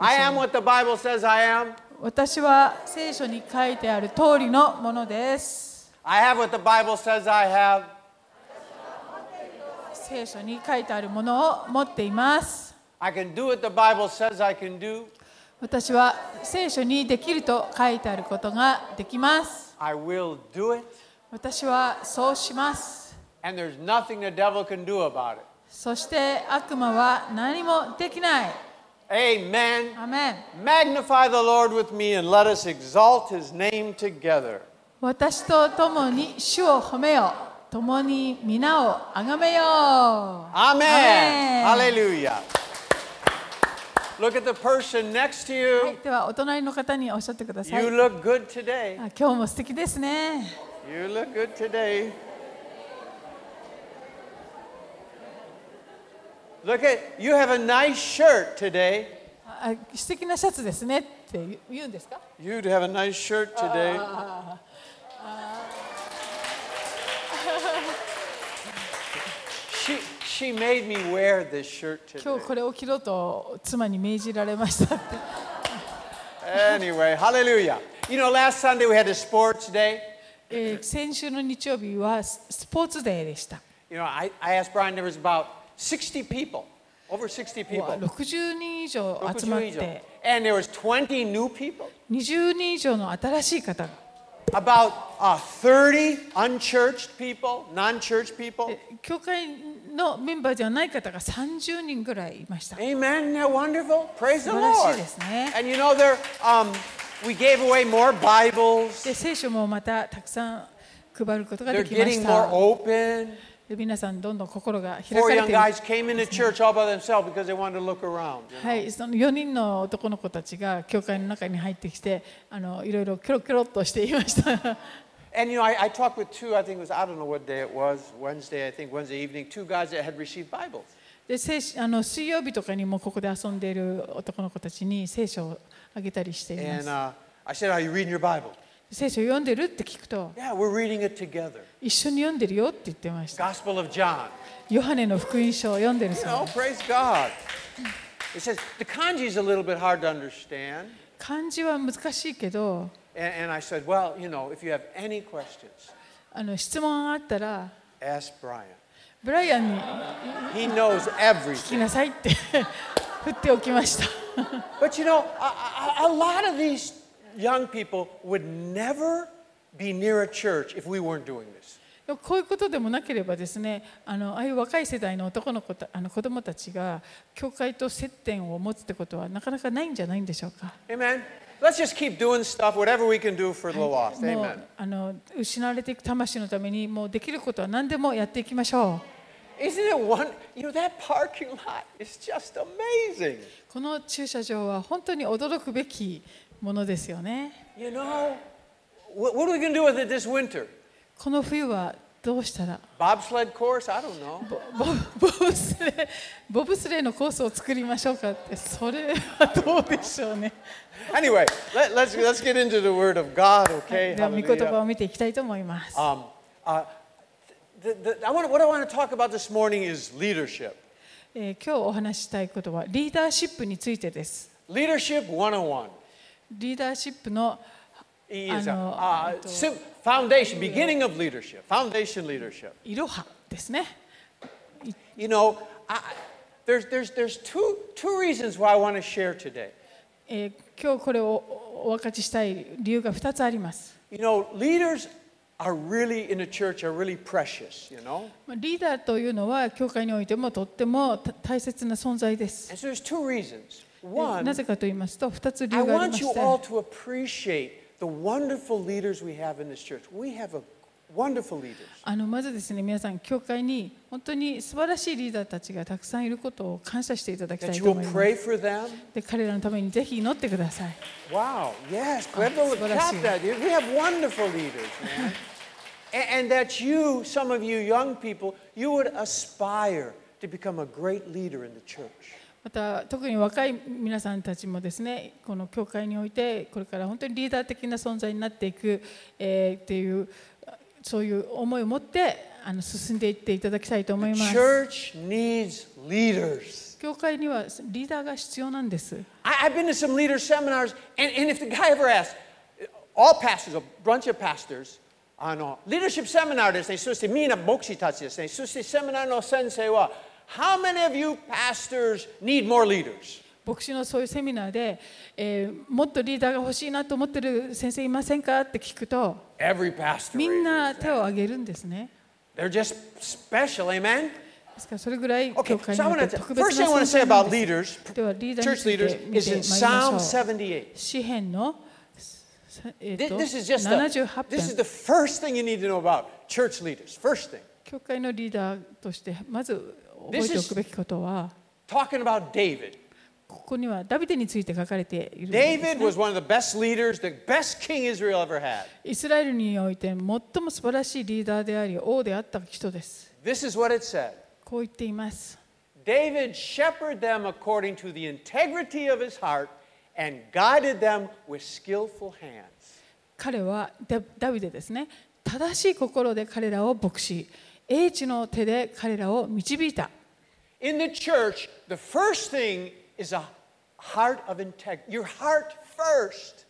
I am what the Bible says I am. 私は聖書に書いてある通りのものです。 I have what the Bible says I have. 聖書に書いてあるものを持っています。 I can do what the Bible says I can do. 私は聖書にできると書いてあることができます。 I will do it. 私はそうします。 And there's nothing the devil can do about it. そして悪魔は何もできない。 Amen. アメン。 Magnify the Lord with me and let us exalt his name together. 私と共に主を褒めよう。共に皆を崇めよう。ア Amen. メン Hallelujah. Look at the person next to はい you. ではお隣の方におっしゃってください。 You あ look good today. 今日も素敵ですね。 You look good today. Look at you have a nice shirt today. あ素敵なシャツですねって言う言うんですか You'd have a nice shirt today. she she made me wear this shirt 今 today. 日これを着ろと妻に命じられましたって Anyway, hallelujah. You know, last Sunday we had a sports day. えー先週の日曜日はススポーツデーでした。 You know, I, I asked Brian, there was about 60 people, over 60うわ people. 60人以上集まっ60以上て And there was 20 new people, 20人以上の新しい方が about uh, 30 unchurched people, non-church people. 教会のメンバーではない方が30人ぐらいいました。 Amen. Isn't that wonderful? Praise 素 the 晴らしい Lord. ですね。 And you know, there, um, we gave away more Bibles. で聖書もまたたくさん配ることが They're できまし getting more た。 open. で皆さんどんどん心が開か Four れ young ています guys came into church all by themselves because they wanted to look around. はい、その4人の男の子たちが教会の中に入ってきてあのいろいろキョロキョロっとしていました And you know, I, I talked with two, I think it was, I don't know what day it was, Wednesday, I think Wednesday evening, two guys that had received Bibles. で聖書あの水曜日とかにもここで遊んでいる男の子たちに聖書をあげたりしていま And す uh, I said, Are you reading your Bible? 聖書読んでるって聞くと Yeah, we're reading it together. 一緒に読んでるよって言ってました Gospel of John. ヨハネの福音書を読んでる You そう know, です praise God. It says, the kanji's a little bit hard to understand. 漢字は難しいけど And, and I said, Well, you know, if you have any questions, あの質問があったら ask Brian. ブライアンに He knows 聞き everything. なさいって 振っておきました But you know, a, a, a lot of these young people would never be near a church if we weren't doing this. でもこういうことでもなければですねあのああいう若い世代の男の子たあの子どもたちが教会と接点を持つってことはなかなかないんじゃないんでしょうか。 Amen. Let's just keep doing stuff, whatever we can do for the lost. も Amen. うあの失われていく魂のためにもうできることは何でもやっていきましょ Isn't it one? You know, that parking lot is just amazing. うこの駐車場は本当に驚くべきものですよね You know, what, what are we going to do with it this winter? この冬はどうしたら Bobsled course? I don't know. ボボボブスレーボブスレーのコースを作りましょうかってそれはどうでしょうね Anyway, let, let's, let's get into the Word of God, で okay? は御言葉 Hallelujah. を見ていきたいと思います Um, uh, the, the, I want what I want to talk about this morning is leadership. えー今日お話ししたいことはリーダーシップについてです。 Leadership 101. リーダーシップの E is a, あの、 uh, えっと、 sim, foundation, beginning of leadership, foundation leadership. いろはですね。 You know, I, there's, there's, there's two, two reasons why I want to share today. えー今日これをおお分かちしたい理由が2つあります。 You know, leaders are really, in the church, are really precious, you know? まあリーダーというのは教会においてもとってもた大切な存在です。 And so there's two reasons. で One, なぜかと言いますと2つ理 I 由がありま want し you て all to appreciate the wonderful leaders we have in this church. We have a wonderful leaders. あのまずですね皆さん教会に本当に素晴らしいリーダーたちがたくさんいることを感謝していただきた That い you と will 思います。 pray for them. で彼らのためにぜひ祈ってください。 Wow, yes, clap, 素 the, 晴らしい。 clap that. We have wonderful leaders, man. and, and that you, some of you young people, you would aspire to become a great leader in the church. また特に若い皆さんたちもですねこの教会においてこれから本当にリーダー的な存在になっていく、えーっていうそういう思いを持ってあの進んでいっていただきたいと思い The ます church needs leaders. 教会にはリーダーが必要なんです。 I, I've been to some leader seminars, and, and if the guy ever asked, all pastors, a bunch of pastors, あの、leadership seminar ですね、そしてみんな牧師たちですね、そしてセミナーの先生は、How many of you pastors need more leaders? 牧師のそういうセミナーで、えーもっとリーダーが欲しいなと思ってる先生いませんかって聞くと Every pastor. みん raises な his 手を挙げるんですね。 hand. They're just special, で amen? すからそれぐらい Okay, 教会 so に I おい want て to, 特 first 別 thing I な want to 存 say 在なん about です。 leaders, ではリーダーに church leaders, ついて見 is てまい in りま Psalm しょう。 78. 詩篇の、さえー Thi- と This is just the, 78 this is 編 the first thing you need to know about church leaders. First thing, 教会のリーダーとしてまず This 覚えてお is- くべきことは talking about David. ここにはダビデについて書かれているんですね David was one of the best leaders, the best king Israel ever had. イスラエルにおいて最も素晴らしいリーダーであり王であった人です。 This is what it said こう言っています。 David shepherded them according to the integrity of his heart and guided them with skillful hands. 彼はダダビデですね正しい心で彼らを牧師英知の手で彼らを導いた In the church, the first thing is a heart of integrity. Your heart first.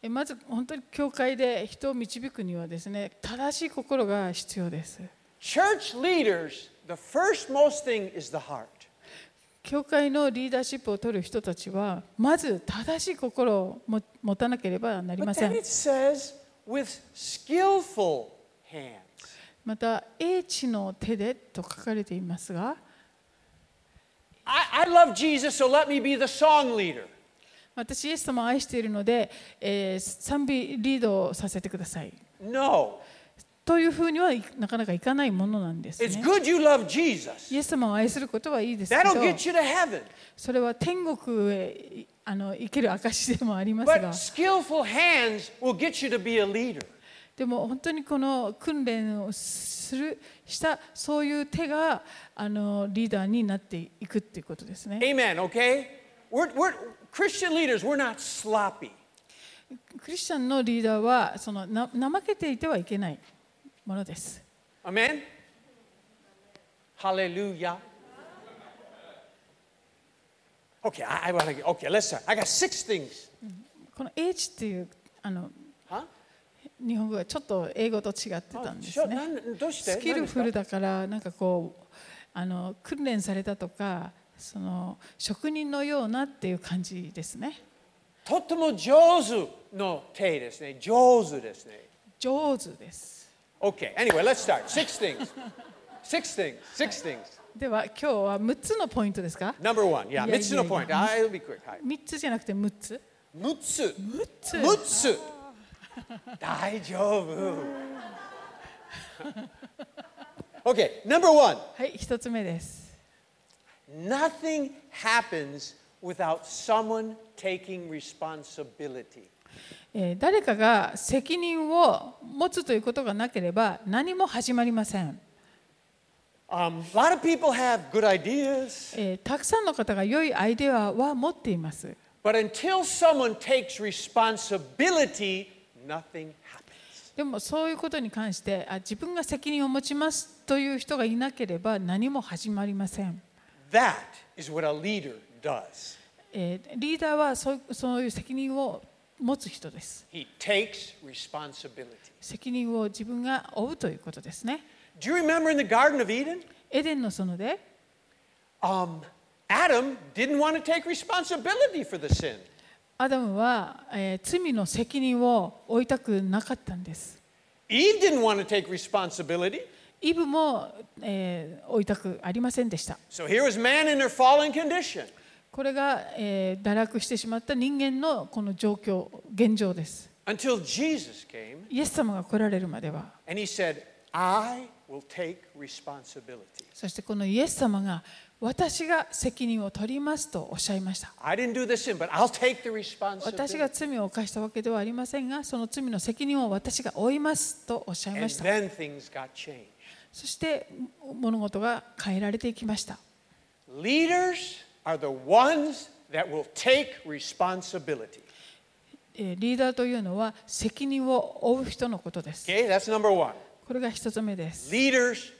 えまず本当に教会で人を導くにはですね正しい心が必要です Church leaders, the first most thing is the heart. 教会のリーダーシップを取る人たちはまず正しい心をも持たなければなりま But せ then ん it says, with skillful hands. また英知の手でと書かれていますが I, I love Jesus, so let me be the song leader. 私イエス様を愛しているので、えー賛美リードをさせてください No. というふうにはいなかなかいかないものなんです、ね It's、good you love Jesus. イエス様を愛することはいいですけど That'll get you to heaven. それは天国へいあの行ける証でもありますが But skillful hands will get you to be a leader. でも本当にこの訓練をするしたそういう手があのリーダーになっていくっていうことですね Amen, okay? We're, we're Christian leaders, we're not sloppy. クリスチャンのリーダーはそのな怠けていてはいけないものです Amen? Hallelujah. Okay, I, I want to. Okay, let's start. I got six things. この H っていうあの Huh? 日本語がちょっと英語と違ってたんですねスキルフルだからなんかこうあの訓練されたとかその職人のようなっていう感じですねどうしてとっても上手の手ですね。上手ですね。Okay, 上手です anyway, let's start. Six things. Six things. Six things. では今日は6つのポイントですか Number one. Yeah, Yeah, Mitsu no yeah, point. yeah. Ah, it'll be quick. Hi. 3つじゃなくて6つ Mutsu. 6つ Mutsu. 大丈夫。Okay, number one. はい1つ目です Nothing happens without someone taking responsibility. えー誰かが責任を持つということがなければ何も始まりません、 Um, a lot of people have good ideas, えーたくさんの方が良いアイデアは持っています but until someone takes responsibility, nothing happens. でもそういうことに関してあ自分が責任を持ちますという人がいなければ何も始まりません、 That is what a leader does. えーリーダーはそうそういう責任を持つ人です He takes responsibility. 責任を自分が負うということですね Do you remember in the Garden of Eden? エデンの園で Um, Adam didn't want to take responsibility for the sin. アダムは、えー罪の責任を負いたくなかったんです Eve didn't want to take responsibility. イブも、えー負いたくありませんでした So here was man in their fallen condition. これが、えー堕落してしまった人間のこの状況現状です until Jesus came イエス様が来られるまでは and he said, I will take responsibility. そしてこのイエス様が私が責任を取りますとおっしゃいました。 I didn't do this sin, but I'll take the 私が responsibility. 罪を犯したわけではありませんが、その罪の責任を私が負いますとおっしゃい And ました。 then things got changed. そして物事が変えられていきました。 Leaders are the ones that will take responsibility. えーリーダーというのは責任を負う人のことです。 Okay, that's number one. これが一つ目です。 Leaders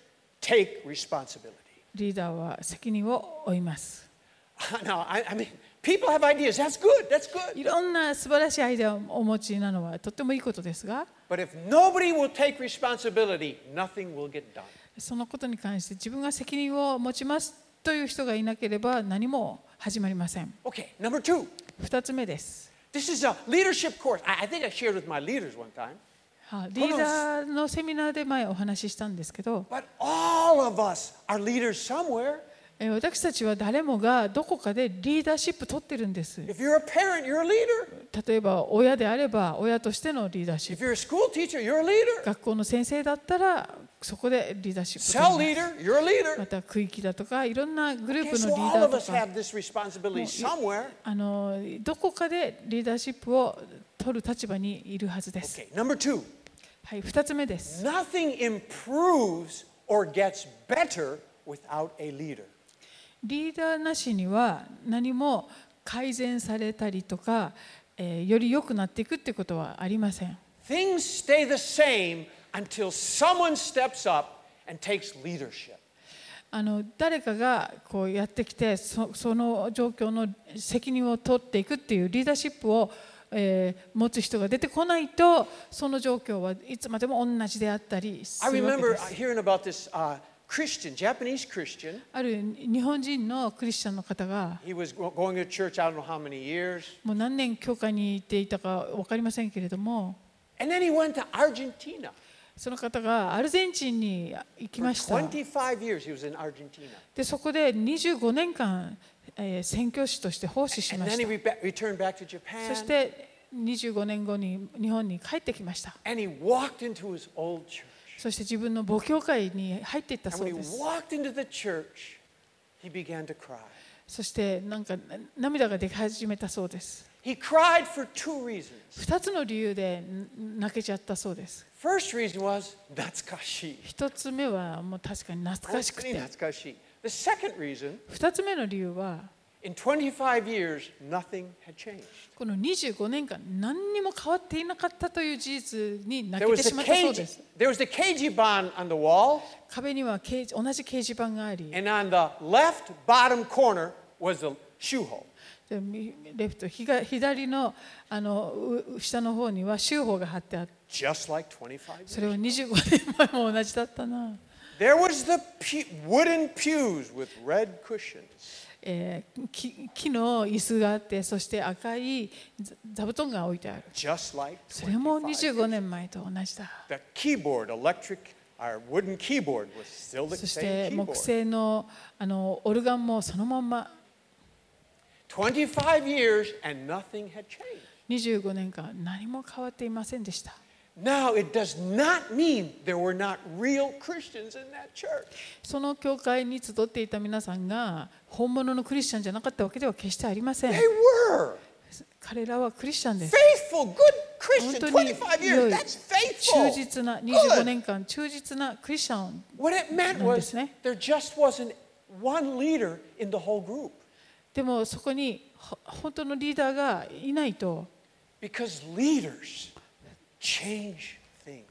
take responsibility. リーダーは責任を負います。 No, I, I mean, people have ideas. That's good. That's good. いろんな素晴らしいアイデアをお持ちなのはとってもいいことですが But if nobody will take responsibility, nothing will get done. そのことに関して自分が責任を持ちますという人がいなければ何も始まりません Okay, number two. 2つ目です This is a leadership course. I, I think I shared with my leaders one time. はいリーダーのセミナーで前お話ししたんですけど But all of us are leaders somewhere. えー私たちは誰もがどこかでリーダーシップ取ってるんです If you're a parent, you're a leader. 例えば親であれば親としてのリーダーシッ If プ you're a school teacher, you're a leader. 学校の先生だったらそこでリーダーシップ取 Cell ります leader, you're a ま leader. た区域だとかいろんなグルー Okay, プの so リーダ all ー of と us か have this responsibility somewhere. あのどこかでリーダーシップを取る立場にいるはずです、 Okay, number two. はい、2つ目です Nothing improves or gets better without a leader. リーダーなしには何も改善されたりとか、えーより良くなっていくってことはありません Things stay the same until someone steps up and takes leadership. あの誰かがこうやってきてそその状況の責任を取っていくっていうリーダーシップを、えー持つ人が出てこないとその状況はいつまでも同じであったりす I るわけで remember す。 hearing about this uh, Christian, Japanese Christian. ある日本人のクリスチャンの方が He was go- going to church, I don't know how many years. もう何年教会に行っていたか分かりませんけれども And then he went to Argentina. その方がアルゼンチンに行き For ました。 25 years he was in Argentina. でそこで25年間、えー宣教師として奉仕し And まし then he た。 re- returned back to そし Japan. て25年後に日本に帰ってきました。 And he walked into his old church. そして自分の母教会に入っていった And そう when で he す。 walked into the church, he began to cry. そしてなんかな涙が出始めたそうです。 He cried for two reasons. 2つの理由でん泣けちゃったそうです。 First reason was natsukashi. 1つ目はもう確かに懐かしく Honestly, て、 natsukashi. The second reason, 2つ目の理由は in 25 years, nothing had changed. この25年間何にも変わっていなかったという事実に泣 There けて was し the まったそう cage, です。 there was the Keijiban on the wall, 壁には掲示同じ掲示板があり、 and on the left bottom corner was the shoe hole. でみレフト左左のあのうう下の方には州法が貼ってあって Just like 25 years. それは25年前も同じだったな、 There was the pu- wooden pews with red cushions. えー木木の椅子があってそして赤いざ座布団が置いてある Just like それも25 years. 25年前と同じだ The keyboard, electric, our wooden keyboard was still the そし same て木 keyboard. 製のあのオルガンもそのまんま25 years and nothing had changed. 25年間何も変わっていませんでした Now, it does not mean there were not real Christians in that church. その教会に集っていた皆さんが本物のクリスチャンじゃなかったわけでは決してありません They were 彼らはクリスチャンです faithful, good 本 Christians. 当に25良 years, い that's 忠 faithful. 実な Good. 25年間忠実なクリスチャン What it meant なん was ですね。 there just wasn't one leader in the whole group でもそこにほ本当のリーダーがいないと because leaders change things.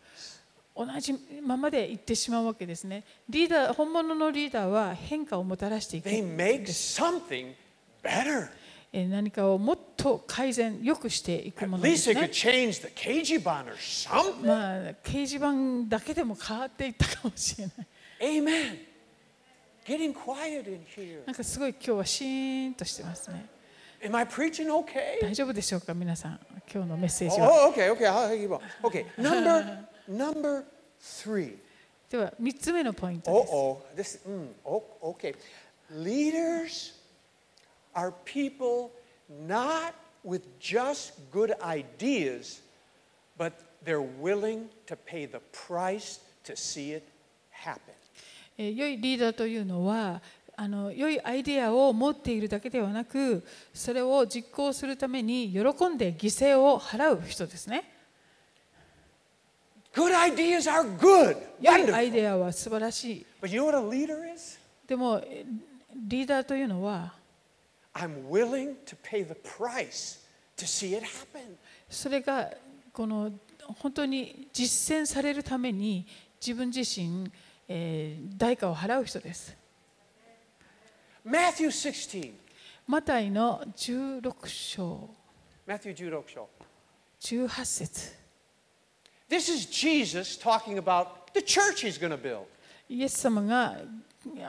同じままでいってしまうわけですね。リーダー本物のリーダーは変化をもたらしていく They make something better. えー何かをもっと改善よくしていく At もので least す they could ね。 change the Keijiban or something. まあ掲示板だけでも変わっていったかもしれない。 Amen. Getting quiet in here. なんかすごい今日はシーンとしてますね。 Am I preaching okay? 大丈夫でしょうか皆さん今日のメッセージは。 Oh, okay, okay. I'll keep on. Okay, number number three. では3つ目のポイント Oh, です。 oh, this. Mm, oh, okay. Leaders are people not with just good ideas, but they're willing to pay the price to see it happen. えー良いリーダーというのはあの良いアイデアを持っているだけではなくそれを実行するために喜んで犠牲を払う人ですね Good ideas are good, 良いアイ wonderful. デアは素晴らしい But you know what a leader is? でもえーリーダーというのは I'm willing to pay the price to see it happen. それがこの本当に実践されるために自分自身、えー代価を払う人です Matthew 16. マタイの16章 Matthew 16章。 18節 This is Jesus talking about the church he's going to build. イエス様が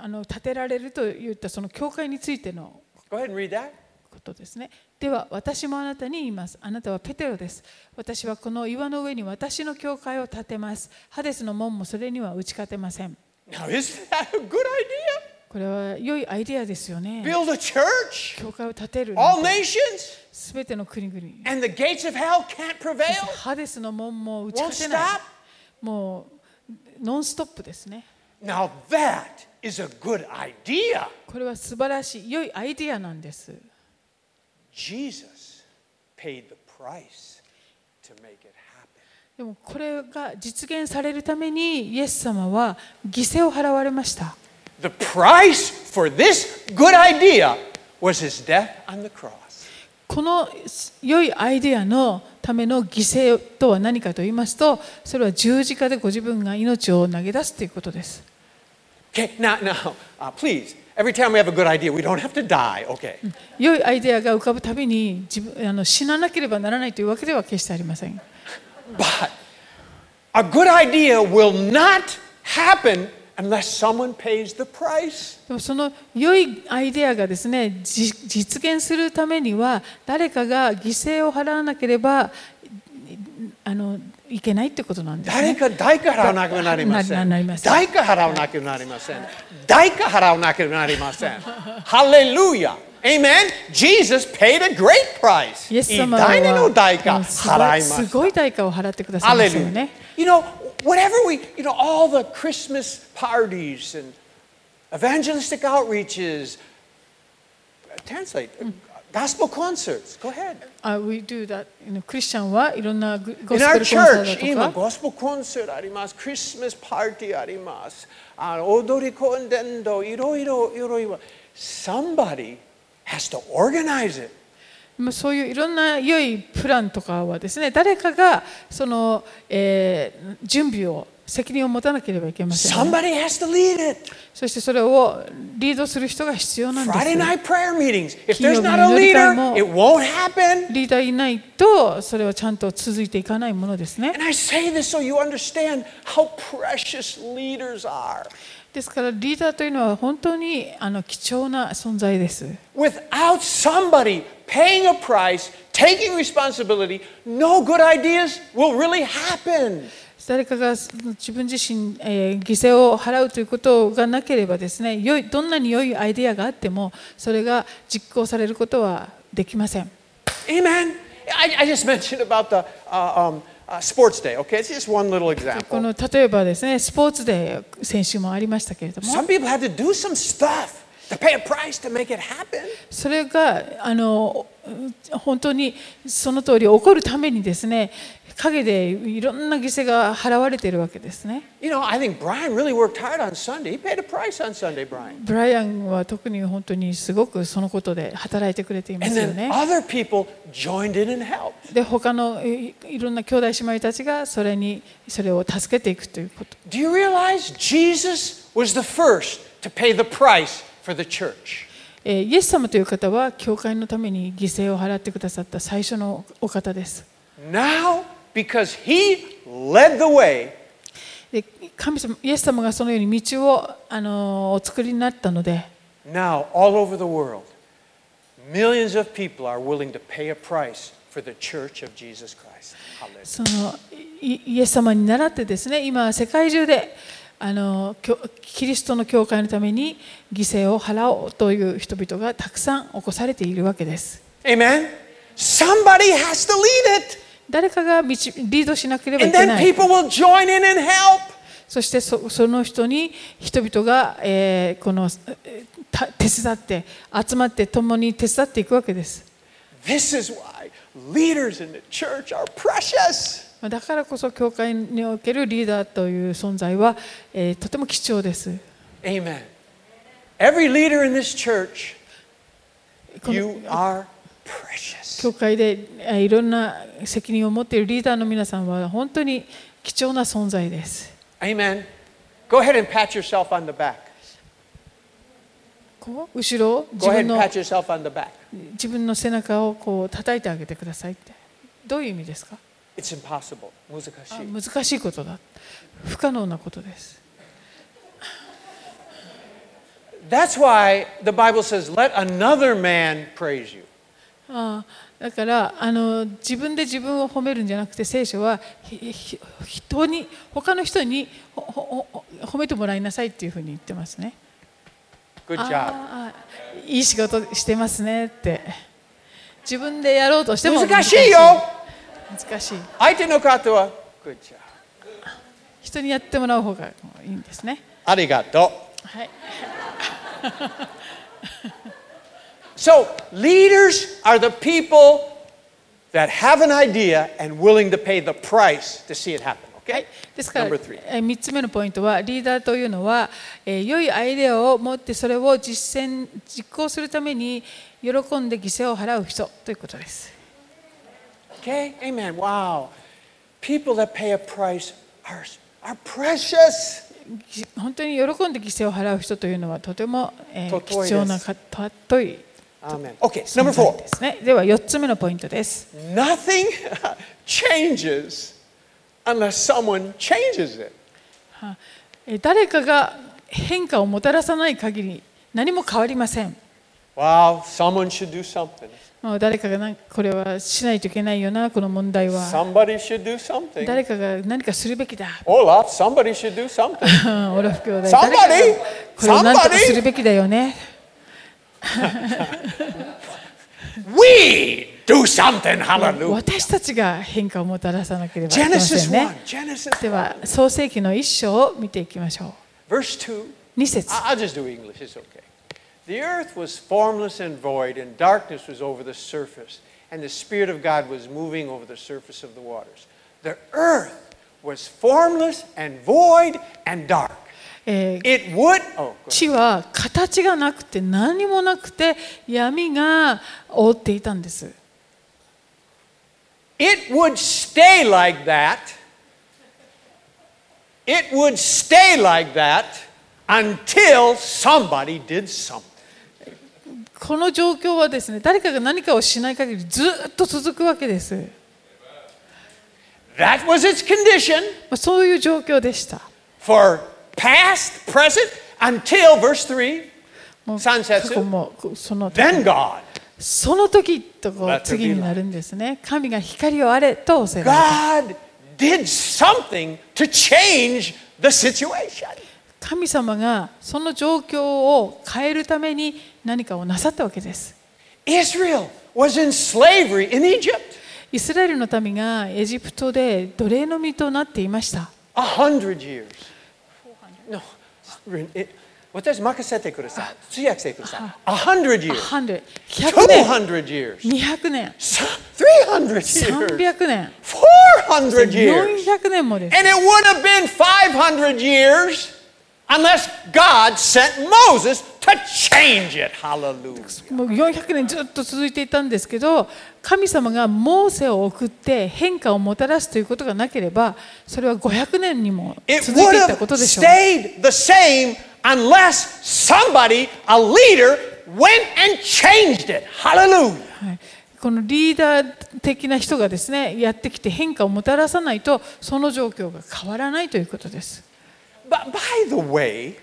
あの建てられると言ったその教会についての Go ahead and read that. ことですね。では私もあなたに言います。あなたはペテロです。私はこの岩の上に私の教会を建てます。ハデスの門もそれには打ち勝てません。 Now, isn't that a good idea? これは良いアイデアですよね。 Build a church, 教会を建てる all nations, すべての国々。 and the gates of hell can't prevail. ハデスの門も打ち勝てない Won't stop.。もうノンストップですね。 Now, that is a good idea. これは素晴らしい良いアイデアなんです。 Jesus paid the price to make it happen. でもこれが実現されるためにイエス様は犠牲を払われました。 The price for this good idea was his death on the cross. この良いアイデアのための犠牲とは何かと言いますと、それは十字架でご自分が命を投げ出すということです。 Okay, now, now, uh, please, every time we have a good idea, we don't have to die, okay? 良いアイデアが浮かぶたびに自分あの死ななければならないというわけでは決してありません。 But a good idea will not happen unless someone pays the price. でもその良いアイデアがですね、じ実現するためには誰かが犠牲を払わなければあのいけないということなんです、ね。な-な-なりません。 Hallelujah. Amen. Jesus paid a great price. イエス様はもうすごいすごい代価を払ってくださいましたよね Hallelujah.。You know, whatever we, you know, all the Christmas parties and evangelistic outreaches, translate, gospel concerts. Go ahead. あ、we do that. あのクリスチャンはいろんなゴスペルコン In サ our ー church, トだ今、とか、ゴスペルコンサートあります、クリスマスパーティーあります、あの踊り込んでんど、いろいろ、いろいろ。Somebody has to organize it. まあそういういろんな良いプランとかはですね、誰かがその、えー準備を責任を持たなければいけませんね、 Somebody has to lead it. そしてそれをリードする人が必要なんで Friday す。 night prayer meetings. If 金曜 there's 日 not a の祈り会 leader, も it won't happen. リーダーいないとそれはちゃんと続いていかないものですね And。I say this so you understand how precious leaders are. ですからリーダーというのは本当にあの貴重な存在です。 Without somebody paying a price, taking responsibility, no good ideas will really happen. 誰かがその自分自身、えー犠牲を払うということがなければですね良いどんなに良いアイデアがあってもそれが実行されることはできません Amen. I, I just mentioned about the uh, um, uh, sports day, okay? It's just one こ little example. の例えばですねスポーツで先週もありましたけれども Some people had to do some stuff to pay a price to make it happen. それがあのうん本当にその通り起こるためにですね陰でいろんな犠牲が払われているわけですね You know, I think Brian really worked hard on Sunday. He paid a price on Sunday, Brian. ブライアンは特に本当にすごくそのことで働いてくれていま And すよ then ね。 other people joined in and helped. で他のいいろんな兄弟姉妹たちがそれにそれを助けていくということ Do you realize Jesus was the first to pay the price for the church? えーイエス様という方は教会のために犠牲を払ってくださった最初のお方です Now, because he led the way, で神様イエス様がそのように道を、あのーお作りになったので now all over the world, millions of people are willing to pay a price for the church of Jesus Christ. Hallelujah. そのいイエス様に倣ってですね今世界中で、あのー教キリストの教会のために犠牲を払おうという人々がたくさん起こされているわけです Amen. Somebody has to lead it, 誰かが導リードしなければい and けな then い people will join in and help. そしてそその人に人々が、えーこのえーた手伝って集まって共に手伝っていくわけです。 This is why leaders in the church are precious. まあだからこそ教会におけるリーダーという存在は、えーとても貴重です。 Amen. Every leader in this church, この you are precious. 教会でえーいろんな責任を持っているリーダーの皆さんは本当に貴重な存在です。 Amen. Go ahead and pat yourself on the back. こう後ろ自 Go ahead 分 and の pat yourself on the back. 自分の背中をこう叩いてあげてくださいってどういう意味ですか It's impossible. 難しあい。難しいことだ不可能なことです That's why the Bible says, let another man praise you. ああだからあの自分で自分を褒めるんじゃなくて聖書はひひ人に他の人にほほほ褒めてもらいなさいっていうふうに言ってますね。 Good あ job. あいい仕事してますねって自分でやろうとしても難しいよ難しい相手の方は、Good job. 人にやってもらう方がいいんですね。ありがとう。はい、 So, leaders are the people that have an idea and willing to pay the price to see it happen. は Okay? い、ですから、え Number three. ー3つ目のポイントは、リーダーというのは、えー良いアイデアを持って、それを実践、実行するために、喜んで犠牲を払う人ということです。 Okay? Amen. Wow. People that pay a price are, are precious. ぎ本当に喜んで犠牲を払う人というのは、とても、えー貴尊いです重なか、尊い Amen. Okay, 存在 number four. ですね。では、4つ目のポイントです。 Nothing changes unless someone changes it. はえー誰かが変化をもたらさない限り、何も変わりません。 Wow, someone should do something. まあ、誰かがなんかこれはしないといけないよな、この問題は。 Somebody should do something. 誰かが何かするべきだ。 Olaf, somebody should do something. うんオラフ兄弟 Somebody! 誰かがこれを何とかするべきだよね。 We do something, hallelujah. 私たちが変化をもたらさなければいけませ Genesis ん 1, ね。 Genesis では、創世記の一章を見ていきましょ verse 2. う。2節 I- I'll just do English, it's okay. The earth was formless and void, and darkness was over the surface, and the Spirit of God was moving over the surface of the waters. The earth was formless and void and dark. えー It would. Oh, go ahead. 地は形がなくて何もなくて闇が覆っていたんです。 It would stay like that. It would stay like that until somebody did something. この状況はですね、誰かが何かをしない限りずっと続くわけです。ま That was its condition. あそういう状況でした。 for past, present, until verse 3, もう過 Sunsetsu 去もその then God. その時とこ Let う there be 次になるんですね。神が光をあれとおせられた God did something to change the situation. 神様がその状況を変えるために何かをなさったわけです。 Israel was in slavery in Egypt イスラエルの民がエジプトで奴隷の身となっていました。 a hundred years. No, it- 私任せてください。通訳してください。A hundred years, 100 100年、 200 years, 200年、 300 years, 300年、 400 years. 400年もです。 And it would have been 500 years unless God sent Moses to change it. Hallelujah. もう400年ずっと続いていたんですけど、神様がモーセを送って変化をもたらすということがなければ、それは500年にも It 続い would ていたこと have でしょう。 stayed the same unless somebody, a leader, went and changed it. Hallelujah. はい、このリーダー的な人がですねやってきて変化をもたらさないとその状況が変わらないということです。 But by the way,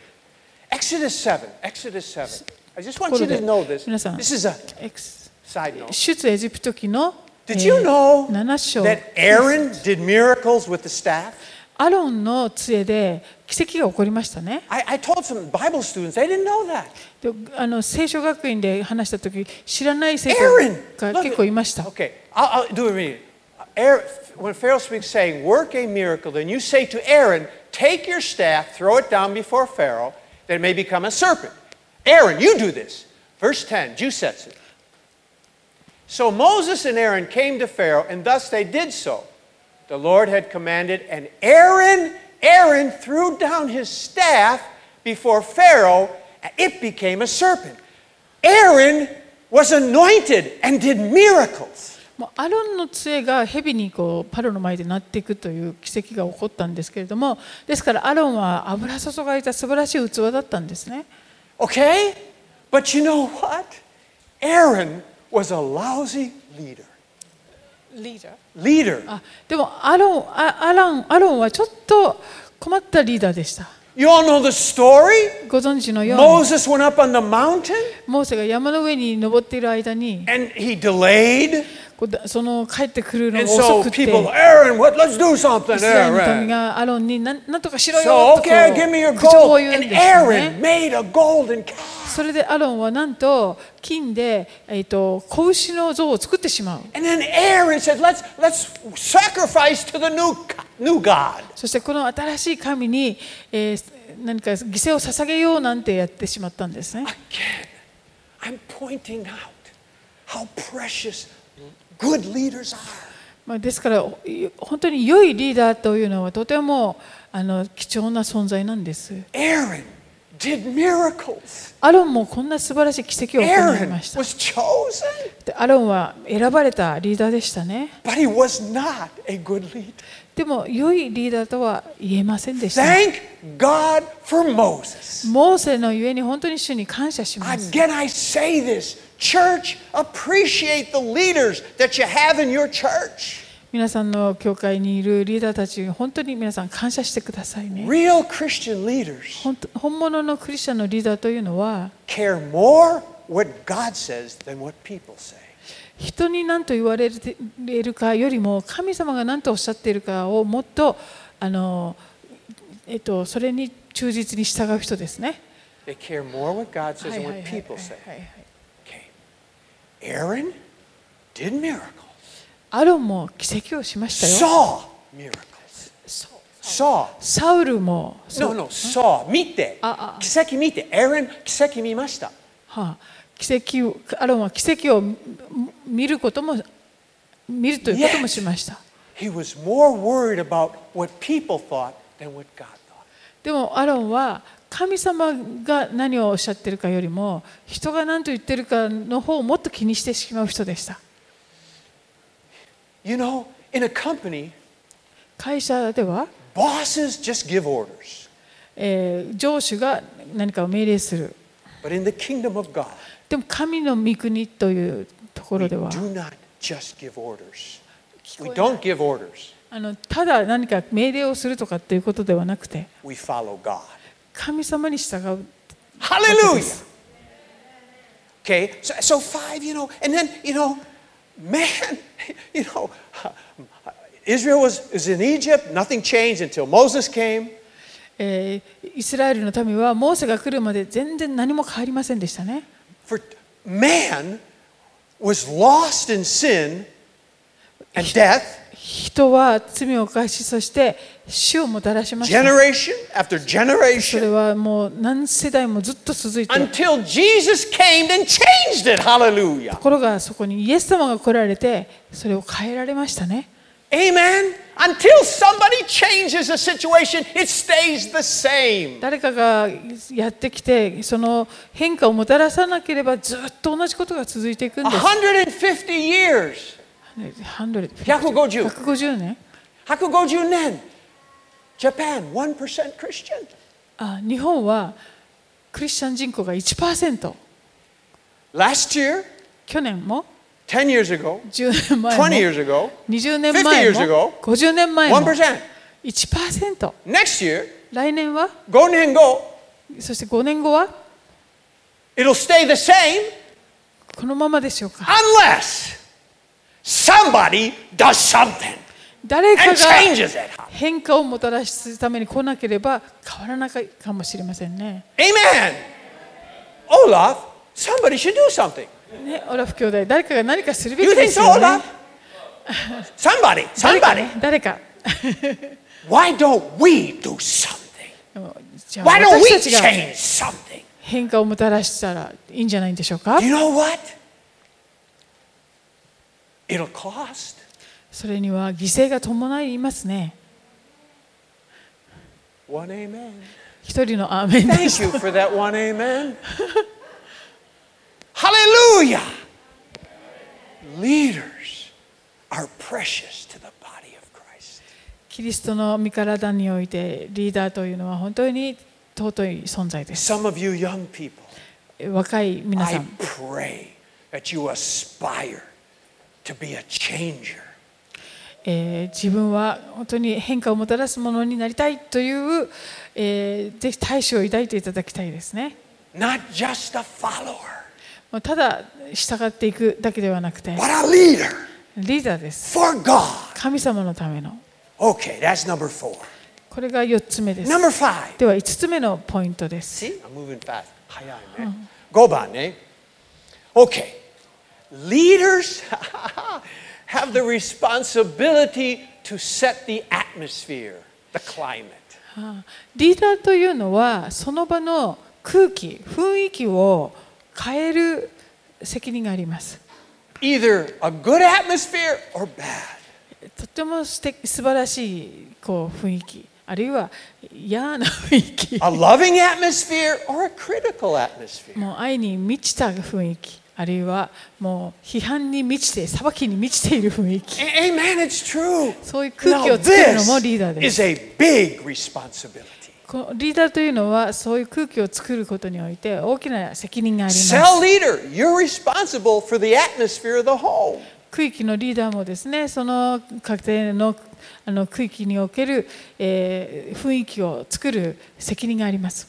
Exodus 7, Exodus 7. I just want you to ところで、 know this. 皆さん。 This is a エクス side note. 出エジプト記の、 Did you えー know 7章 that Aaron did miracles with the staff? アロンの杖で奇跡が起こりましたね。 I, I told some Bible students, they didn't know that. であの聖書学院で話した時知らない聖書 Aaron! が結構いました。 Okay, I'll, I'll do it immediately. Aaron, when Pharaoh speaks, saying, Work a miracle, then you say to Aaron, Take your staff, throw it down before Pharaoh, that it may become a serpent. Aaron, you do this. Verse 10, Jew sets it. So Moses and Aaron came to Pharaoh, and thus they did so. The Lord had commanded, and Aaron, Aaron threw down his staff before Pharaoh, and it became a serpent. Aaron was anointed and did miracles. もうアロンの杖が蛇にこうパロの前でなっていくという奇跡が起こったんですけれどもですからアロンは油注がれた素晴らしい器だったんですね。 Okay? But you know what? Aaron was a lousy leader. leader. Leader. あでもアロンあアランアロンはちょっと困ったリーダーでした。 You all know the story? ご存知のように Moses went up on the mountain モーセが山の上に登っている間に and he delayed. こうだその帰ってくるの And が so 遅くてイ people, Aaron, what? Let's do something, スラエルの民 Aaron. がアロンになんなんとかしろ So よとこ okay, give me your う口調を gold. 言うん And ですよね Aaron。made a golden calf. それでアロンはなんと金で、えー、と子牛の像を作ってしまう And then Aaron said, "Let's let's sacrifice to the new co- new God." そしてこの新しい神に、えー何か犠牲を捧げようなんてやってしまったんですね Again, I'm pointing out how precious good leaders are. まあ、ですからい本当に良いリーダーというのはとてもあの貴重な存在なんです Aaron did miracles. アロンもこんな素晴らしい奇跡を行い Aaron ました was chosen, でアロンは選ばれたリーダーでしたね but he was not a good leader. でも良いリーダーとは言えませんでした Thank God for Moses. モーセのゆえに本当に主に感謝します Again, I say this church, appreciate the leaders that you have in your church. 皆さんの教会にいるリーダーたちに本当に皆さん感謝してくださいね。 Real Christian leaders 本当本物のクリスチャンのリーダーというのは care more what God says than what people say. 人に何と言われているかよりも神様が何とおっしゃっているかをもっとあの、えっと、それに忠実に従う人ですね。 They care more what God says はい than はいはい what はい people say. はい Okay. Aaron did miracles, アロンも奇跡をしましたよ。 saw miracles, そう saw. サウルもそう No, no, saw, 見てああ、奇跡見て、Aaron、奇跡見ました。はあ、奇跡をアロンは奇跡をみ見ることも見るということもしました。 He was more worried about what people thought than what God thought. でもアロンは神様が何をおっしゃってるかよりも人が何と言ってるかの方をもっと気にしてしまう人でした You know, in a company, 会社では、 bosses just give orders. えー上司が何かを命令する But in the kingdom of God, でも神の御国というとこ we ろでは do not just give orders. We don't give orders. あのただ何か命令をするとかっていうことではなくて We follow God. 神様に従う Hallelujah. Okay, so, so five, you know, and then, you know, man, you know, Israel was, was in Egypt, nothing changed until Moses came. えーイスラエルの民はモーセが来るまで全然何も変わりませんでしたね For man was lost in sin and death, 人は罪を犯しそして死をもたらしました generation そ after れ generation, はもう何世代もずっと続いてと until Jesus came and changed it. Hallelujah. ころがそこにイエス様が来られてそれを変えられましたね Amen. Until somebody changes a situation, it stays the same. 誰かがやってきてその変化をもたらさなければずっと同じことが続いていくんです150 years. 100 150 150年150年 Japan 1% Christian あ日本はクリスチャン人口が1% last year 去年も10 years ago 10年前も20 years ago 20年前50 years ago も50年前も1% 1% next year 来年は5年後そして5年後は it'll stay the same このままでしょうか unless somebody does something 誰か and が changes it 変化をもたらすために来なければ変わらないかもしれませんね。 amen Olaf somebody should do something ね、オラフ兄弟、誰かが何かするべ you きで think す so よね Olaf。somebody 誰か somebody ね、誰か。 why don't we do something でもじゃあ why don't 私 we たちが change something 変化をもたらしたらいいんじゃないんでしょうか You know what? It'll cost. それには犠牲が伴いますね。 One amen. 一人のアーメンで Thank し you for that one amen. Hallelujah. Leaders are precious to the body of Christ. キリストの身体においてリーダーというのは本当に尊い存在です。 Some of you young people, 若い皆さ I ん pray that you aspire to be a changer. えー自分は本当に変化をもたらすものになりたいという、えーぜひ大志を抱いていただきたいですね。 Not just a follower, もうただ従っていくだけではなくて but a leader リーダーです。 for God. 神様のための。 Okay, that's number four. これが4つ目です。 Number five. では5つ目のポイントです。 See, I'm moving fast. 早いね。5番ね。Okay. Leaders have the responsibility to set the atmosphere, the climate. リーダーというのはその場の空気、雰囲気を変える責任があります。 Either a good atmosphere or bad. とても素敵素晴らしいこう雰囲気、あるいは嫌な雰囲気。 A loving atmosphere or a critical atmosphere. もう愛に満ちた雰囲気あるいはもう批判に満ちて裁きに満ちている雰囲気 A- Amen, it's true. そういう Now 空気を作るのもリーダー this で is す a big responsibility. このリーダーというのはそういう空気を作ることにおいて大きな責任があります Cell leader, you're responsible for the atmosphere of the home. 区域のリーダーもですねその家庭のあの区域における、えー雰囲気を作る責任があります、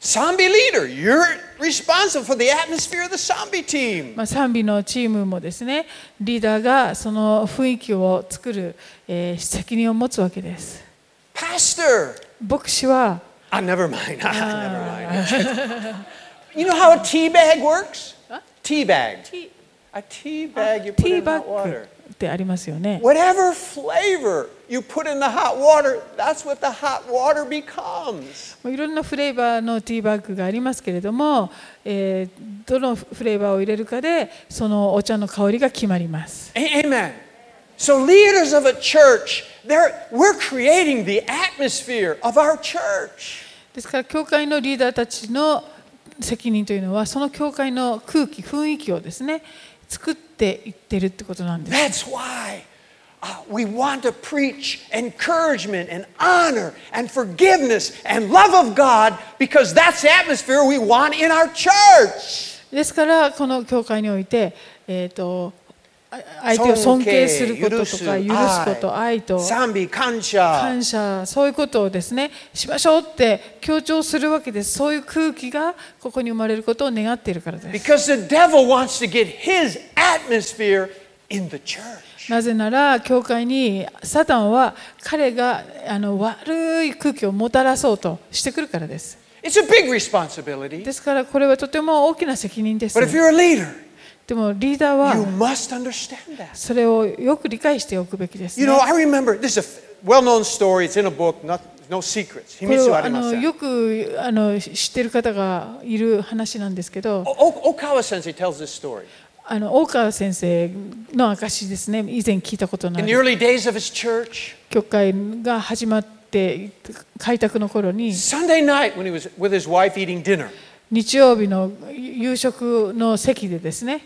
Zombie leader, you're responsible for the atmosphere of the zombie team. まあ、賛美のチームもですねリーダーがその雰囲気を作る、えー責任を持つわけです Pastor, 牧師は ah, never mind. Ah, never mind. you know how a tea bag works? Tea bag. A tea bag you put ティー in バッ hot グ water. ってありますよね。 Whatever flavor you put in the hot water, that's what the hot water becomes. もういろんなフレーバーのティーバッグがありますけれども、えーどのフレーバーを入れるかでそのお茶の香りが決まります。 A- Amen. So leaders of a church, they're, we're creating the atmosphere of our church. ですから教会のリーダーたちの責任というのはその教会の空気雰囲気をですね作っていってるってことなんです。 That's why uh, we want to preach encouragement and honor and forgiveness and love of God because that's the atmosphere we want in our church. ですからこの教会において、えー、とあ相手を尊敬することとか許すこと愛と Zambi, kancha. 感謝そういうことをですねしましょうって強調するわけですそういう空気がここに生まれることを願っているからです Because the devil wants to get his atmosphere in the church. なぜなら教会にサタンは彼があの悪い空気をもたらそうとしてくるからです It's a big responsibility. ですからこれはとても大きな責任です But if you're a leader, でもリーダー you は must understand that. それをよく理解しておくべきです、ね You know, I remember this is a well known story, it's in a book, not, no secrets. これ秘密ははあのありません。よくあの知ってる方がいる話なんですけど O- O- Okawa sensei tells this story. あの大川先生の証ですね以前聞いたことのあ In る the early days of his church, 教会が始まって開拓の頃に Sunday night when he was with his wife eating dinner, 日曜日の夕食の席でですね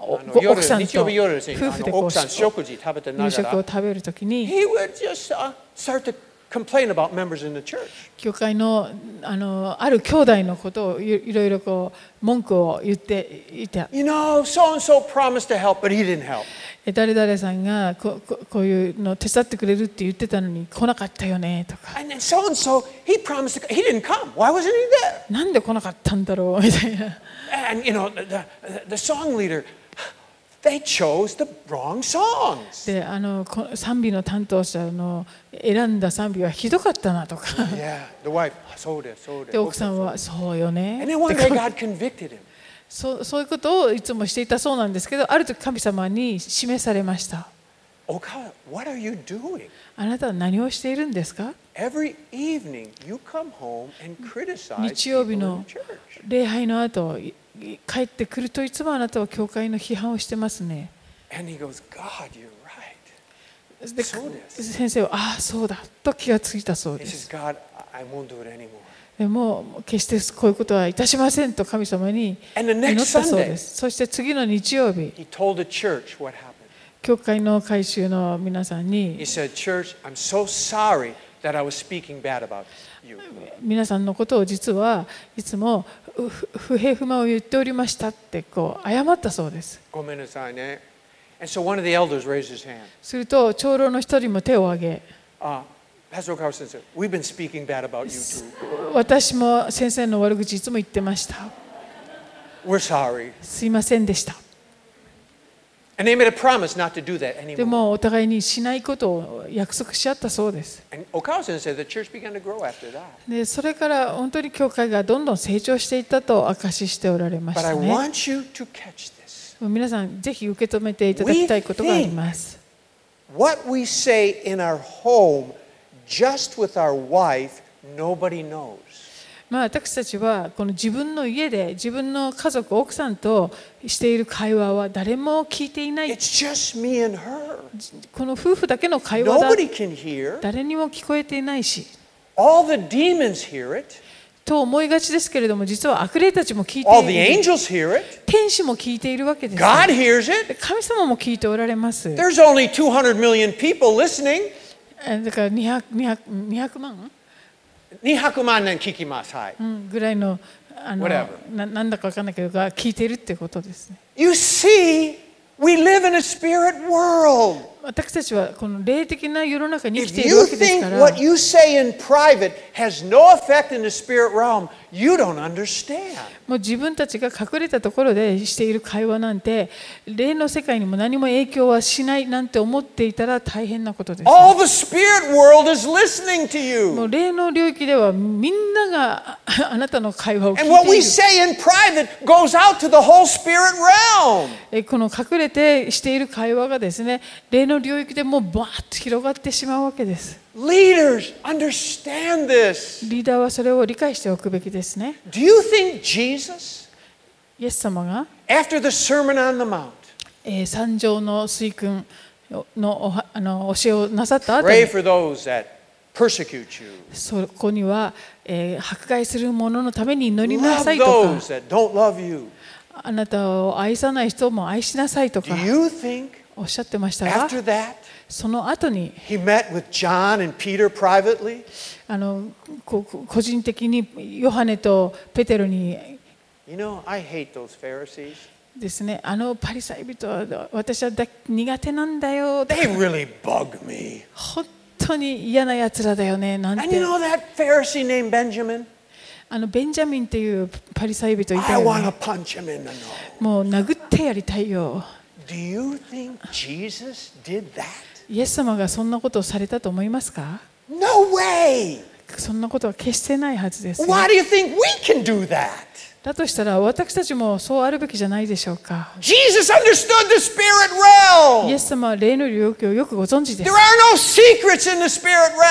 おあのご夜奥さん日と夫曜日夜ですね婦であのこう奥さん夕食べてながら食を食べるときに he would just uh, start to complain about members in the church. 教会のあのある兄弟のことをいいろいろこう文句を言っていた You know, so and so promised to help, but he didn't help. え誰々さんがこここういうの手伝ってくれるって言ってたのに来なかったよねとか And then so and so, he promised to, he didn't come. Why wasn't he there? なんで来なかったんだろう みたいな And you know, the, the, the song leader, they chose the wrong songs. であのこ賛美の担当者の選んだ賛美はひどかったなとか Yeah, the wife, so did, so で did. 奥さんはそうよね And then one って day God convicted him. そうそういうことをいつもしていたそうなんですけどある時神様に示されました Okawa, what are you doing? あなたは何をしているんですか Every evening you come home and criticize 日 people 曜日 in の the church. 礼拝の後いい帰ってくるといつもあなたは教会の批判をしてますね And he goes, God, you're right. でそうです先生はああそうだと気がついたそうで He says, す God, I I won't do it anymore. でもう決してこういうことはいたしませんと神様に And the 祈っ next たそう Sunday, ですそして次の日曜日 he told the church what happened. 教会の改修の皆さんに He said, Church, I'm so sorry that I was speaking bad about you. 皆さんのことを実はいつもふ不平不満を言っておりましたってこう謝ったそうです。ごめんなさいね。And so one of the elders raised his hand. すると長老の一人も手を挙げ Uh, Pastor Okawa said, We've been speaking bad about you too. 私も先生の悪口いつも言ってました。 We're sorry. すいませんでした。 And they made a promise not to do that で anymore. もお互いにしないことを約束し合ったそうです。 And Okawa said the church began to grow after that. でそれから本当に教会がどんどん成長していったと証ししておられまし But I たね。 want you to catch this. 皆さんぜひ受け止めていただきたいことがあります。 What we say in our home, just with our wife, nobody knows. まあ、私たちはこの自分の家で自分の家族奥さんとしている会話は誰も聞いていない It's just me and her. この夫婦だけの会話だ Nobody can hear. 誰にも聞こえていないし All the demons hear it. と思いがちですけれども実は悪霊たちも聞い All the ている angels hear it. 天使も聞いているわけです God hears it. 神様も聞いておられます There's only 200 million people listening. えだから 200, 200, 200万、 200万人聞きます。はい。うん、ぐらいのあの Whatever. ななんだか分かんないけどが聞いているってことですね You see, we live in a spirit world. 私たちはこの霊的な世の中に生き If ているわ you けです think から。 what you say in private has no effect in the spirit realm, you don't understand. もう自分たちが隠れたところでしている会話なんて霊の世界にも何も影響はしないなんて思っていたら大変なことです、 All the spirit world is listening to も you. う霊の領域ではみんながああなたの会話を聞 And what いている we say in private goes out to the whole spirit realm. えこの隠れてしている会話がですね霊の領域でもうバーッと広がってしまうわけです Leaders, understand this. リーダーはそれを理解しておくべきですね Do you think Jesus, イエス様が、 after the Sermon on the Mount, えー山上の水訓のおはあの教えをなさった後に pray for those that persecute you? そこには、えー迫害する者のために祈りな Love さいとか those that don't love you. あなたを愛さない人も愛しなさいと Do か you think おっしゃってましたが after that その後に he met with John and Peter privately? あのここ個人的にヨハネとペテロに You know, I hate those Pharisees. ですねあのパリサイ人は私はだ苦手なんだよ They really bug me. 本当に嫌なやつらだよねなん And you て know that Pharisee named Benjamin? あのベンジャミンっていうパリサイ人いた I よ、 want to ね、 punch him in the nose. もう殴ってやりたいよ Do you think Jesus did that? イエス様がそんなことをされたと思いますか No way. そんなことは決してないはずですよ。 Why do you think we can do that? だとしたら私たちもそうあるべきじゃないでしょうか。 Jesus understood the spirit イエ realm. ス様は霊の領域をよくご存知です There。are no secrets in the spirit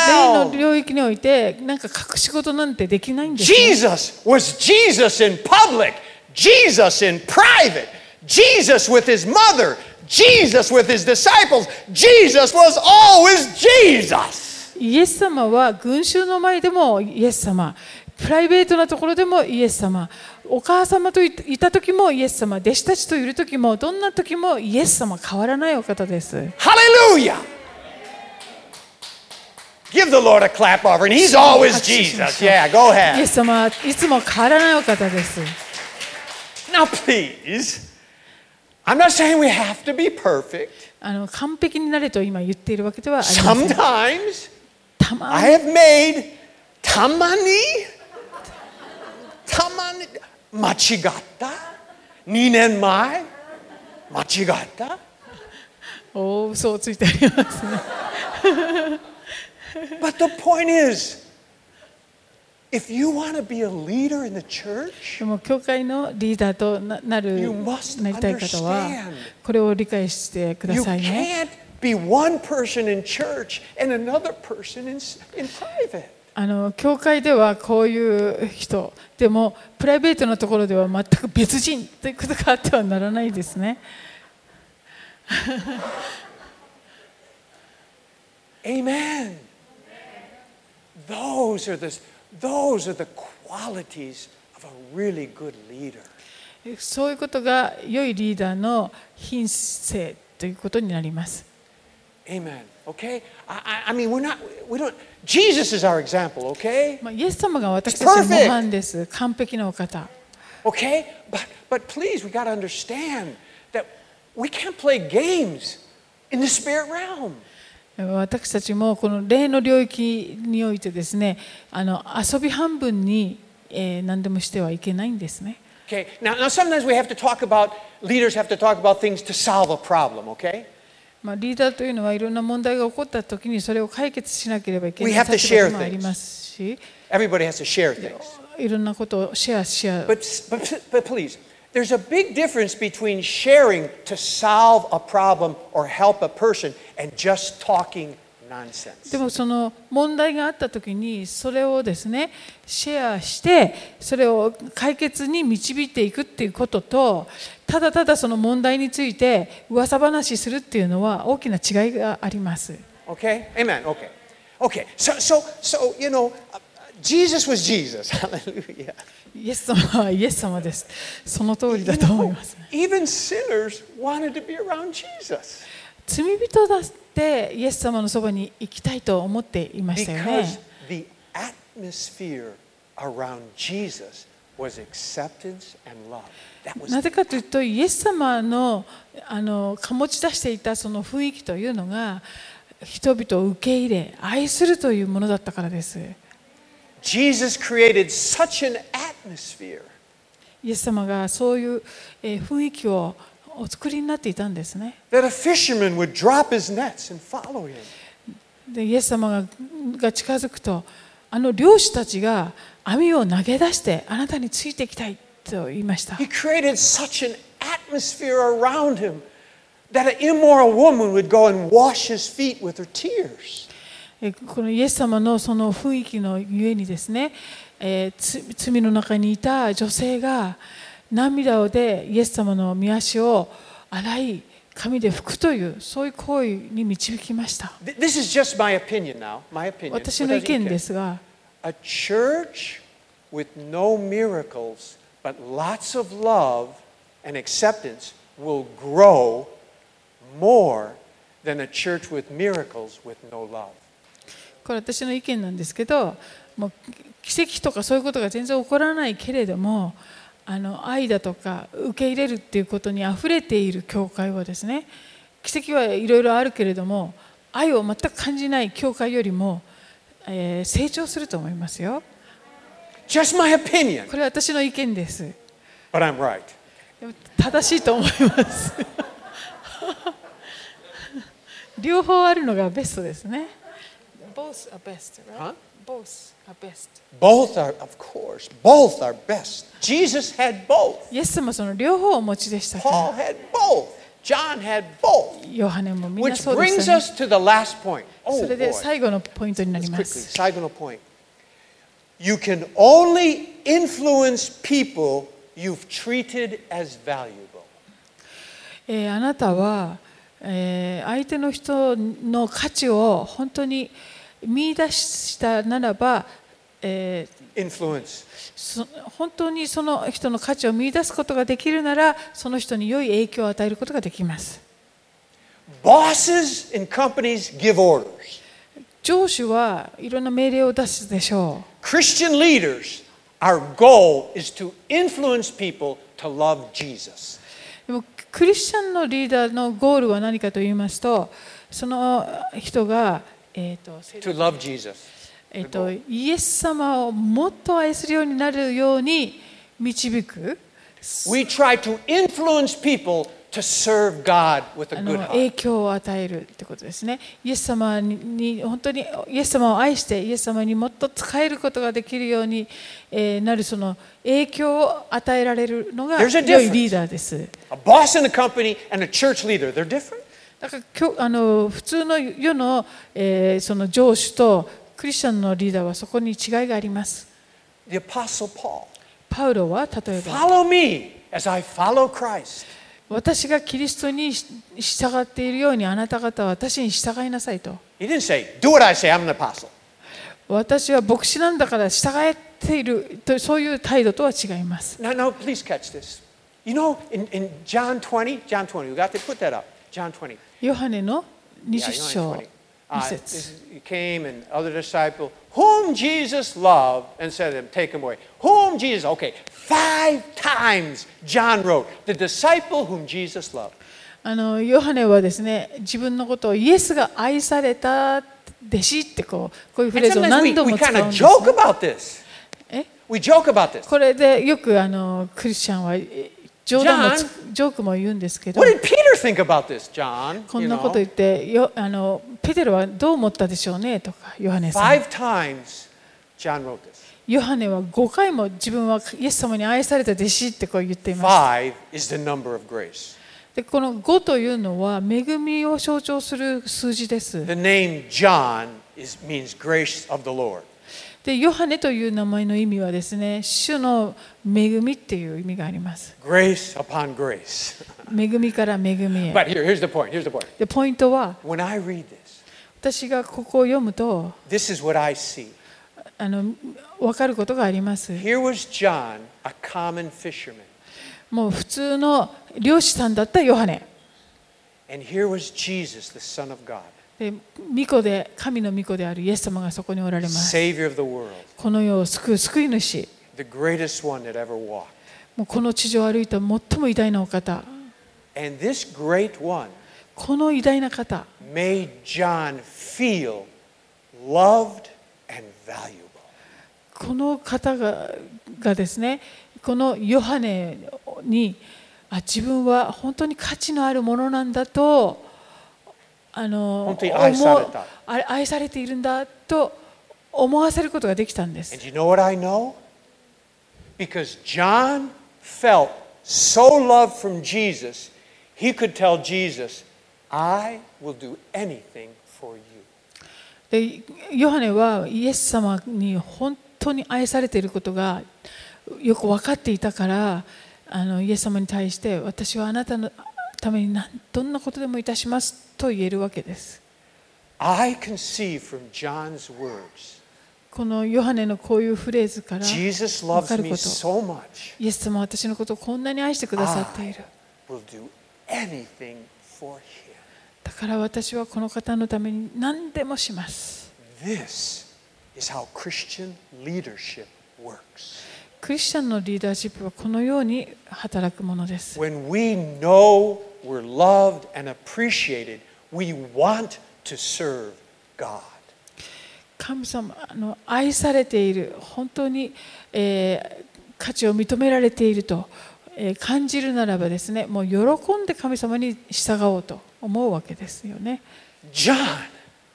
霊の realm. 領域においてなんか隠し事なんてできないんですよ。 Jesus was Jesus in public, Jesus in private, Jesus with his mother, Jesus with his disciples. Jesus was always Jesus. イエス様は群衆の前でもイエス様、プライベートなところでもイエス様、お母様といいた時もイエス様、弟子たちといる時もどんな時もイエス様変わらないお方です。 Hallelujah. Give the Lord a clap over, and he's always 拍手しま Jesus. しょう Yeah, go イエ ahead. ス様はいつも変わらないお方です。 Now, please, I'm not saying we have to be perfect. あの完璧になれと今言っているわけではありません。 Sometimes たま I に have made tamani, tamani, machigatta, ninen mai, machigatta. おお嘘をついてありますね。 But the point is, if you want to be a leader in the church, でも教会のリーダーとななる You must なりたい方は understand. これを理解してくだ you さいね。 can't be one person in church and another person in, s- in private. あの教会ではこういう人でもプライベートなところでは全く別人ということがあってはならないですね。 Amen. Those are, the, those are the qualities of a really good leader. そういうことが良いリーダーの品性ということになります。 Amen. Okay? I, I, I mean, we're not, we don't, Jesus is our example, okay? まあ、イエス様が私たちの模範です。完璧なお方。 Okay? But, but please, we got to understand that we can't play games in the spirit realm. 私たちもこの霊の領域においてですね、あの遊び半分に、えー何でもしてはいけないんですね。 Okay? Now, now, sometimes we have to talk about, leaders have to talk about things to solve a problem, okay? まあ、リーダーというのはいろんな問題が起こった時にそれを解決しなければいけな We have い to 立場で share も things. ありますし、 Everybody has to share things. いろんなことをシェアし合う。 But, but, but please, there's a big difference between sharing to solve a problem or help a person and just talking nonsense. でもその問題があった時にそれをですねシェアしてそれを解決に導いていくっていうこととただただその問題について噂話するっていうのは大きな違いがあります。 Okay? Amen. Okay. Okay. So, so, so you know, uh, Jesus was Jesus. Hallelujah. イエス様はイエス様です。その通りだと思います。 Even sinners wanted to be around Jesus 罪人だってイエス様のそばに行きたいと思っていましたよ because ね。 the atmosphere around Jesus was acceptance and love. That was なぜかというと、イエス様のあの醸し出していたその雰囲気というのが、人々を受け入れ、愛するというものだったからです。イ Jesus created such an atmosphere エス様がそういう、えー雰囲気をお作りになっていたんですね。 that a fisherman would drop his nets and follow him. で、イエス様がが近づくと、あの漁師たちが網を投げ出して、あなたについていきたいと言いました。 He created such an atmosphere around him that an immoral woman would go and wash his feet with her tears. えーこのイエス様のその雰囲気のゆえにですね、えーつ罪の中にいた女性が涙をでイエス様の御足を洗い髪で拭くというそういう行為に導きました Th- This is just my opinion now, my opinion. 私の意 What doesn't 見 care. ですが A church with no miracles but lots of love and acceptance will grow more than a church with miracles with no love. これ私の意見なんですけどもう奇跡とかそういうことが全然起こらないけれどもあの愛だとか受け入れるっていうことにあふれている教会はですね奇跡はいろいろあるけれども愛を全く感じない教会よりも、えー成長すると思いますよ Just my opinion, これは私の意見です but I'm right. でも正しいと思います 両方あるのがベストですね Both are best, right? Huh? Both are best. Both are, of course, both are best. Jesus had both. イエス様はその両方をお持ちでしたから Paul had both. John had both. ヨハネもみんな Which そうで brings すよね。 us to the last point. Oh, それ boy. で Let's 最後のポイントになり quickly, ます。 second point. You can only influence people you've treated as valuable. えーあなたは、えー相手の人の価値を本当に見出したならば、えー Influence. そ本当にその人の価値を見出すことができるならその人に良い影響を与えることができます。 Bosses in companies give orders. 上司はいろんな命令を出すでしょ Christian leaders, our goal is to influence people to love Jesus. う。でもクリスチャンのリーダーのゴールは何かと言いますとその人が、えー、と To love Jesus. えっと、イエス様をもっと愛するようになるように導く We try to influence people to serve God with a あ good の影 heart. 響を与えるってことですね。イエス様にに本当にイエス様を愛してイエス様にもっと使えることができるように、えーなるその影響を与えられるのが There's a 良 difference. いリーダーです。 A boss in a company and a church leader, they're different. だからきょあの普通の世の,、えーその上司とクリスチャンのリーダーはそこに違いがあります。 The Apostle Paul. パウロは例えば Follow me as I follow Christ. 私がキリストにし従っているようにあなた方は私に従いなさいと He didn't say, do what I say, I'm an apostle. 私は牧師なんだから従っているとそういう態度とは違います No, no, please catch this. You know, in, in John 20, John 20, we got to put that up. John 20. ヨハネの Yeah, 20 you know, 20. 章 Uh, 2節 this- he came and other disciple whom Jesus loved and said to them, Take him away. Whom Jesus, okay, five times John wrote, the disciple whom Jesus loved. あのヨハネはですね自分のことをイエスが愛された弟子ってこうこういうフ And レーズを sometimes 何 we, 度 we も使うん kind で of すね、 joke about this. え We joke about this. これでよくあのクリスチャンはえ冗談もつジョークも言うんですけど What did Peter think about this, John? こ You んな know, こと言ってよあのペテロはどう思ったでしょうねとかヨハネさん five times John wrote this. ヨハネは5回も自分はイエス様に愛された弟子ってこう言っています Five is the number of grace. でこの5というのは恵みを象徴する数字です The name John is, means grace of the Lord. でヨハネという名前の意味はですね主の恵みっていう意味があります Grace upon grace. 恵みから恵みへ But here, here's the point. Here's the point. でポイントは When I read this, 私がここを読むと this is what I see. あの分かることがあります Here was John, a common fisherman. もう普通の漁師さんだったヨハネ And here was Jesus, the Son of God, で巫女で神の巫女であるイエス様がそこにおられます Savior of the world, この世を救う救い主 the greatest one that ever walked. もうこの地上を歩いた最も偉大なお方 And this great one この偉大な方 made John feel loved and valuable. この方ががですねこのヨハネにあ自分は本当に価値のあるものなんだとあの本当に愛され思たうあ愛されているんだと思わせることができたんです And you know what I know? Because John felt so loved from Jesus, he could tell Jesus, I will do anything for you. でヨハネはイエス様に本当に愛されていることがよく分かっていたからあのイエス様に対して私はあなたのために何どんなことでもいたしますと言えるわけです I can see from John's words, このヨハネのこういうフレーズから Jesus 分 loves かる me こと so much, イエス様は私のことをこんなに愛してくださっている will do anything for him. だから私はこの方のために何でもします This is how Christian leadership works. クリスチャンのリーダーシップはこのように働くものです When we know we're loved and appreciated, we want to serve God. 神様あの愛されている本当に、えー価値を認められていると、えー感じるならばですねもう喜んで神様に従おうと思うわけですよね John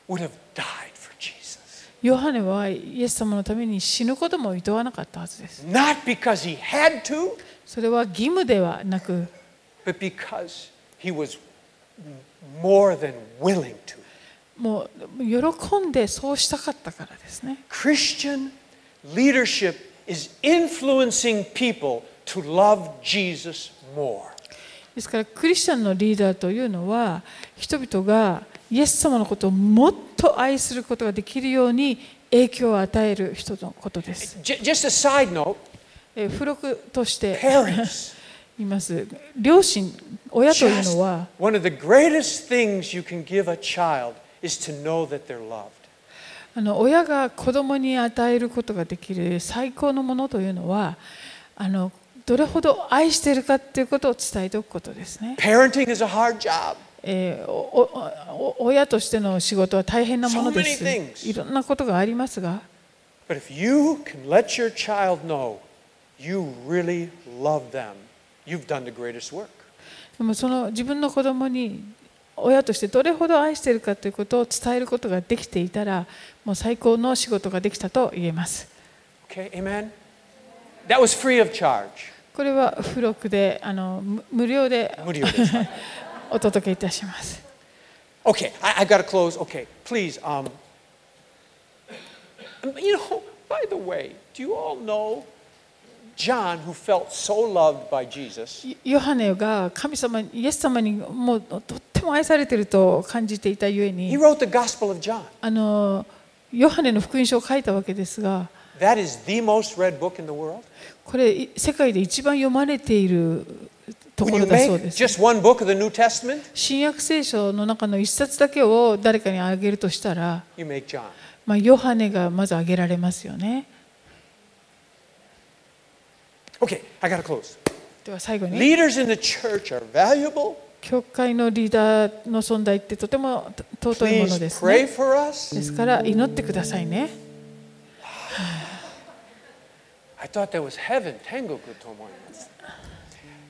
would have died for Jesus, ヨハネはイエス様のために死ぬことも厭わなかったはずです not because he had to, それは義務ではなく but because he was more than willing to. もう喜んでそうしたかったからですね Christian leadership is influencing people to love Jesus more. ですからクリスチャンのリーダーというのは人々がイエス様のことをもっと愛することができるように影響を与える人のことです J- just a side note えー付録として parents. います両親親という Just のは one of the greatest things you can give a child is to know that they're loved. あの親が子供に与えることができる最高のものというのはあのどれほど愛しているかということを伝えておくことですね Parenting is a hard job. えーおおお親としての仕事は大変なもので So many す。 things. いろんなことがありますが、 But if you can let your child know you really love them, you've done the greatest work. でもその自分の子供に親としてどれほど愛しているかということを伝えることができていたら、もう最高の仕事ができたと言えます。 Okay, amen? That was free of charge. これは付録であのむ無料で無料ですお届けいたします。 Okay, I, I gotta close. Okay, please. Um, you know, by the way, do you all know John, who felt so loved by Jesus? ヨヨハネが神様にイエス様にもうとっても愛されていると感じていたゆえ He に、 wrote the Gospel of John. あのヨハネの福音書を書いたわけですが。 That is the most read book in the world. これい世界で一番読まれていると When こ you ろだそう make です。 just one book of the New Testament, 新約聖書の中の一冊だけを誰かにあげるとしたら、 you make John. まあ、ヨハネがまずあげられますよね。 Okay, I got to close. では最後に、 Leaders in the church are valuable. 教会のリーダーの存在ってとても尊いもので Please す、 pray ね。 for us. ですから祈ってくださいね。 I thought that was heaven. Tengoku-tomoimasu.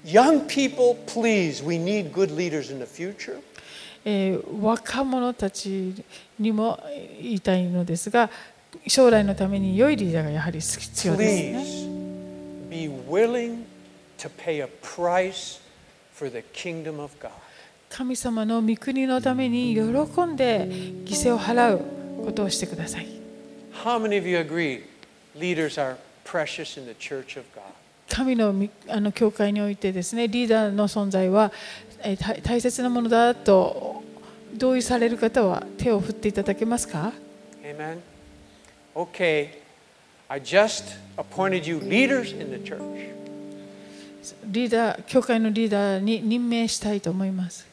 Young people, please, we need good leaders in the future. えー若者たちにも言いたいのですが将来のために良いリーダーがやはり必要ですね。 Please be willing to pay a price for the kingdom of God. 神様の御国のために喜んで犠牲を払うことをしてください。 How many of you agree leaders are precious in the church of God? 神のみあの教会においてですねリーダーの存在は、えーた大切なものだと同意される方は手を振っていただけますか Amen? Okay, I just appointed you leaders in the church. リーダー教会のリーダーに任命したいと思います。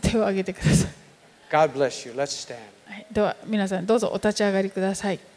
手手手を挙げてください。 God bless you. Let's stand. はい、では皆さんどうぞお立ち上がりください。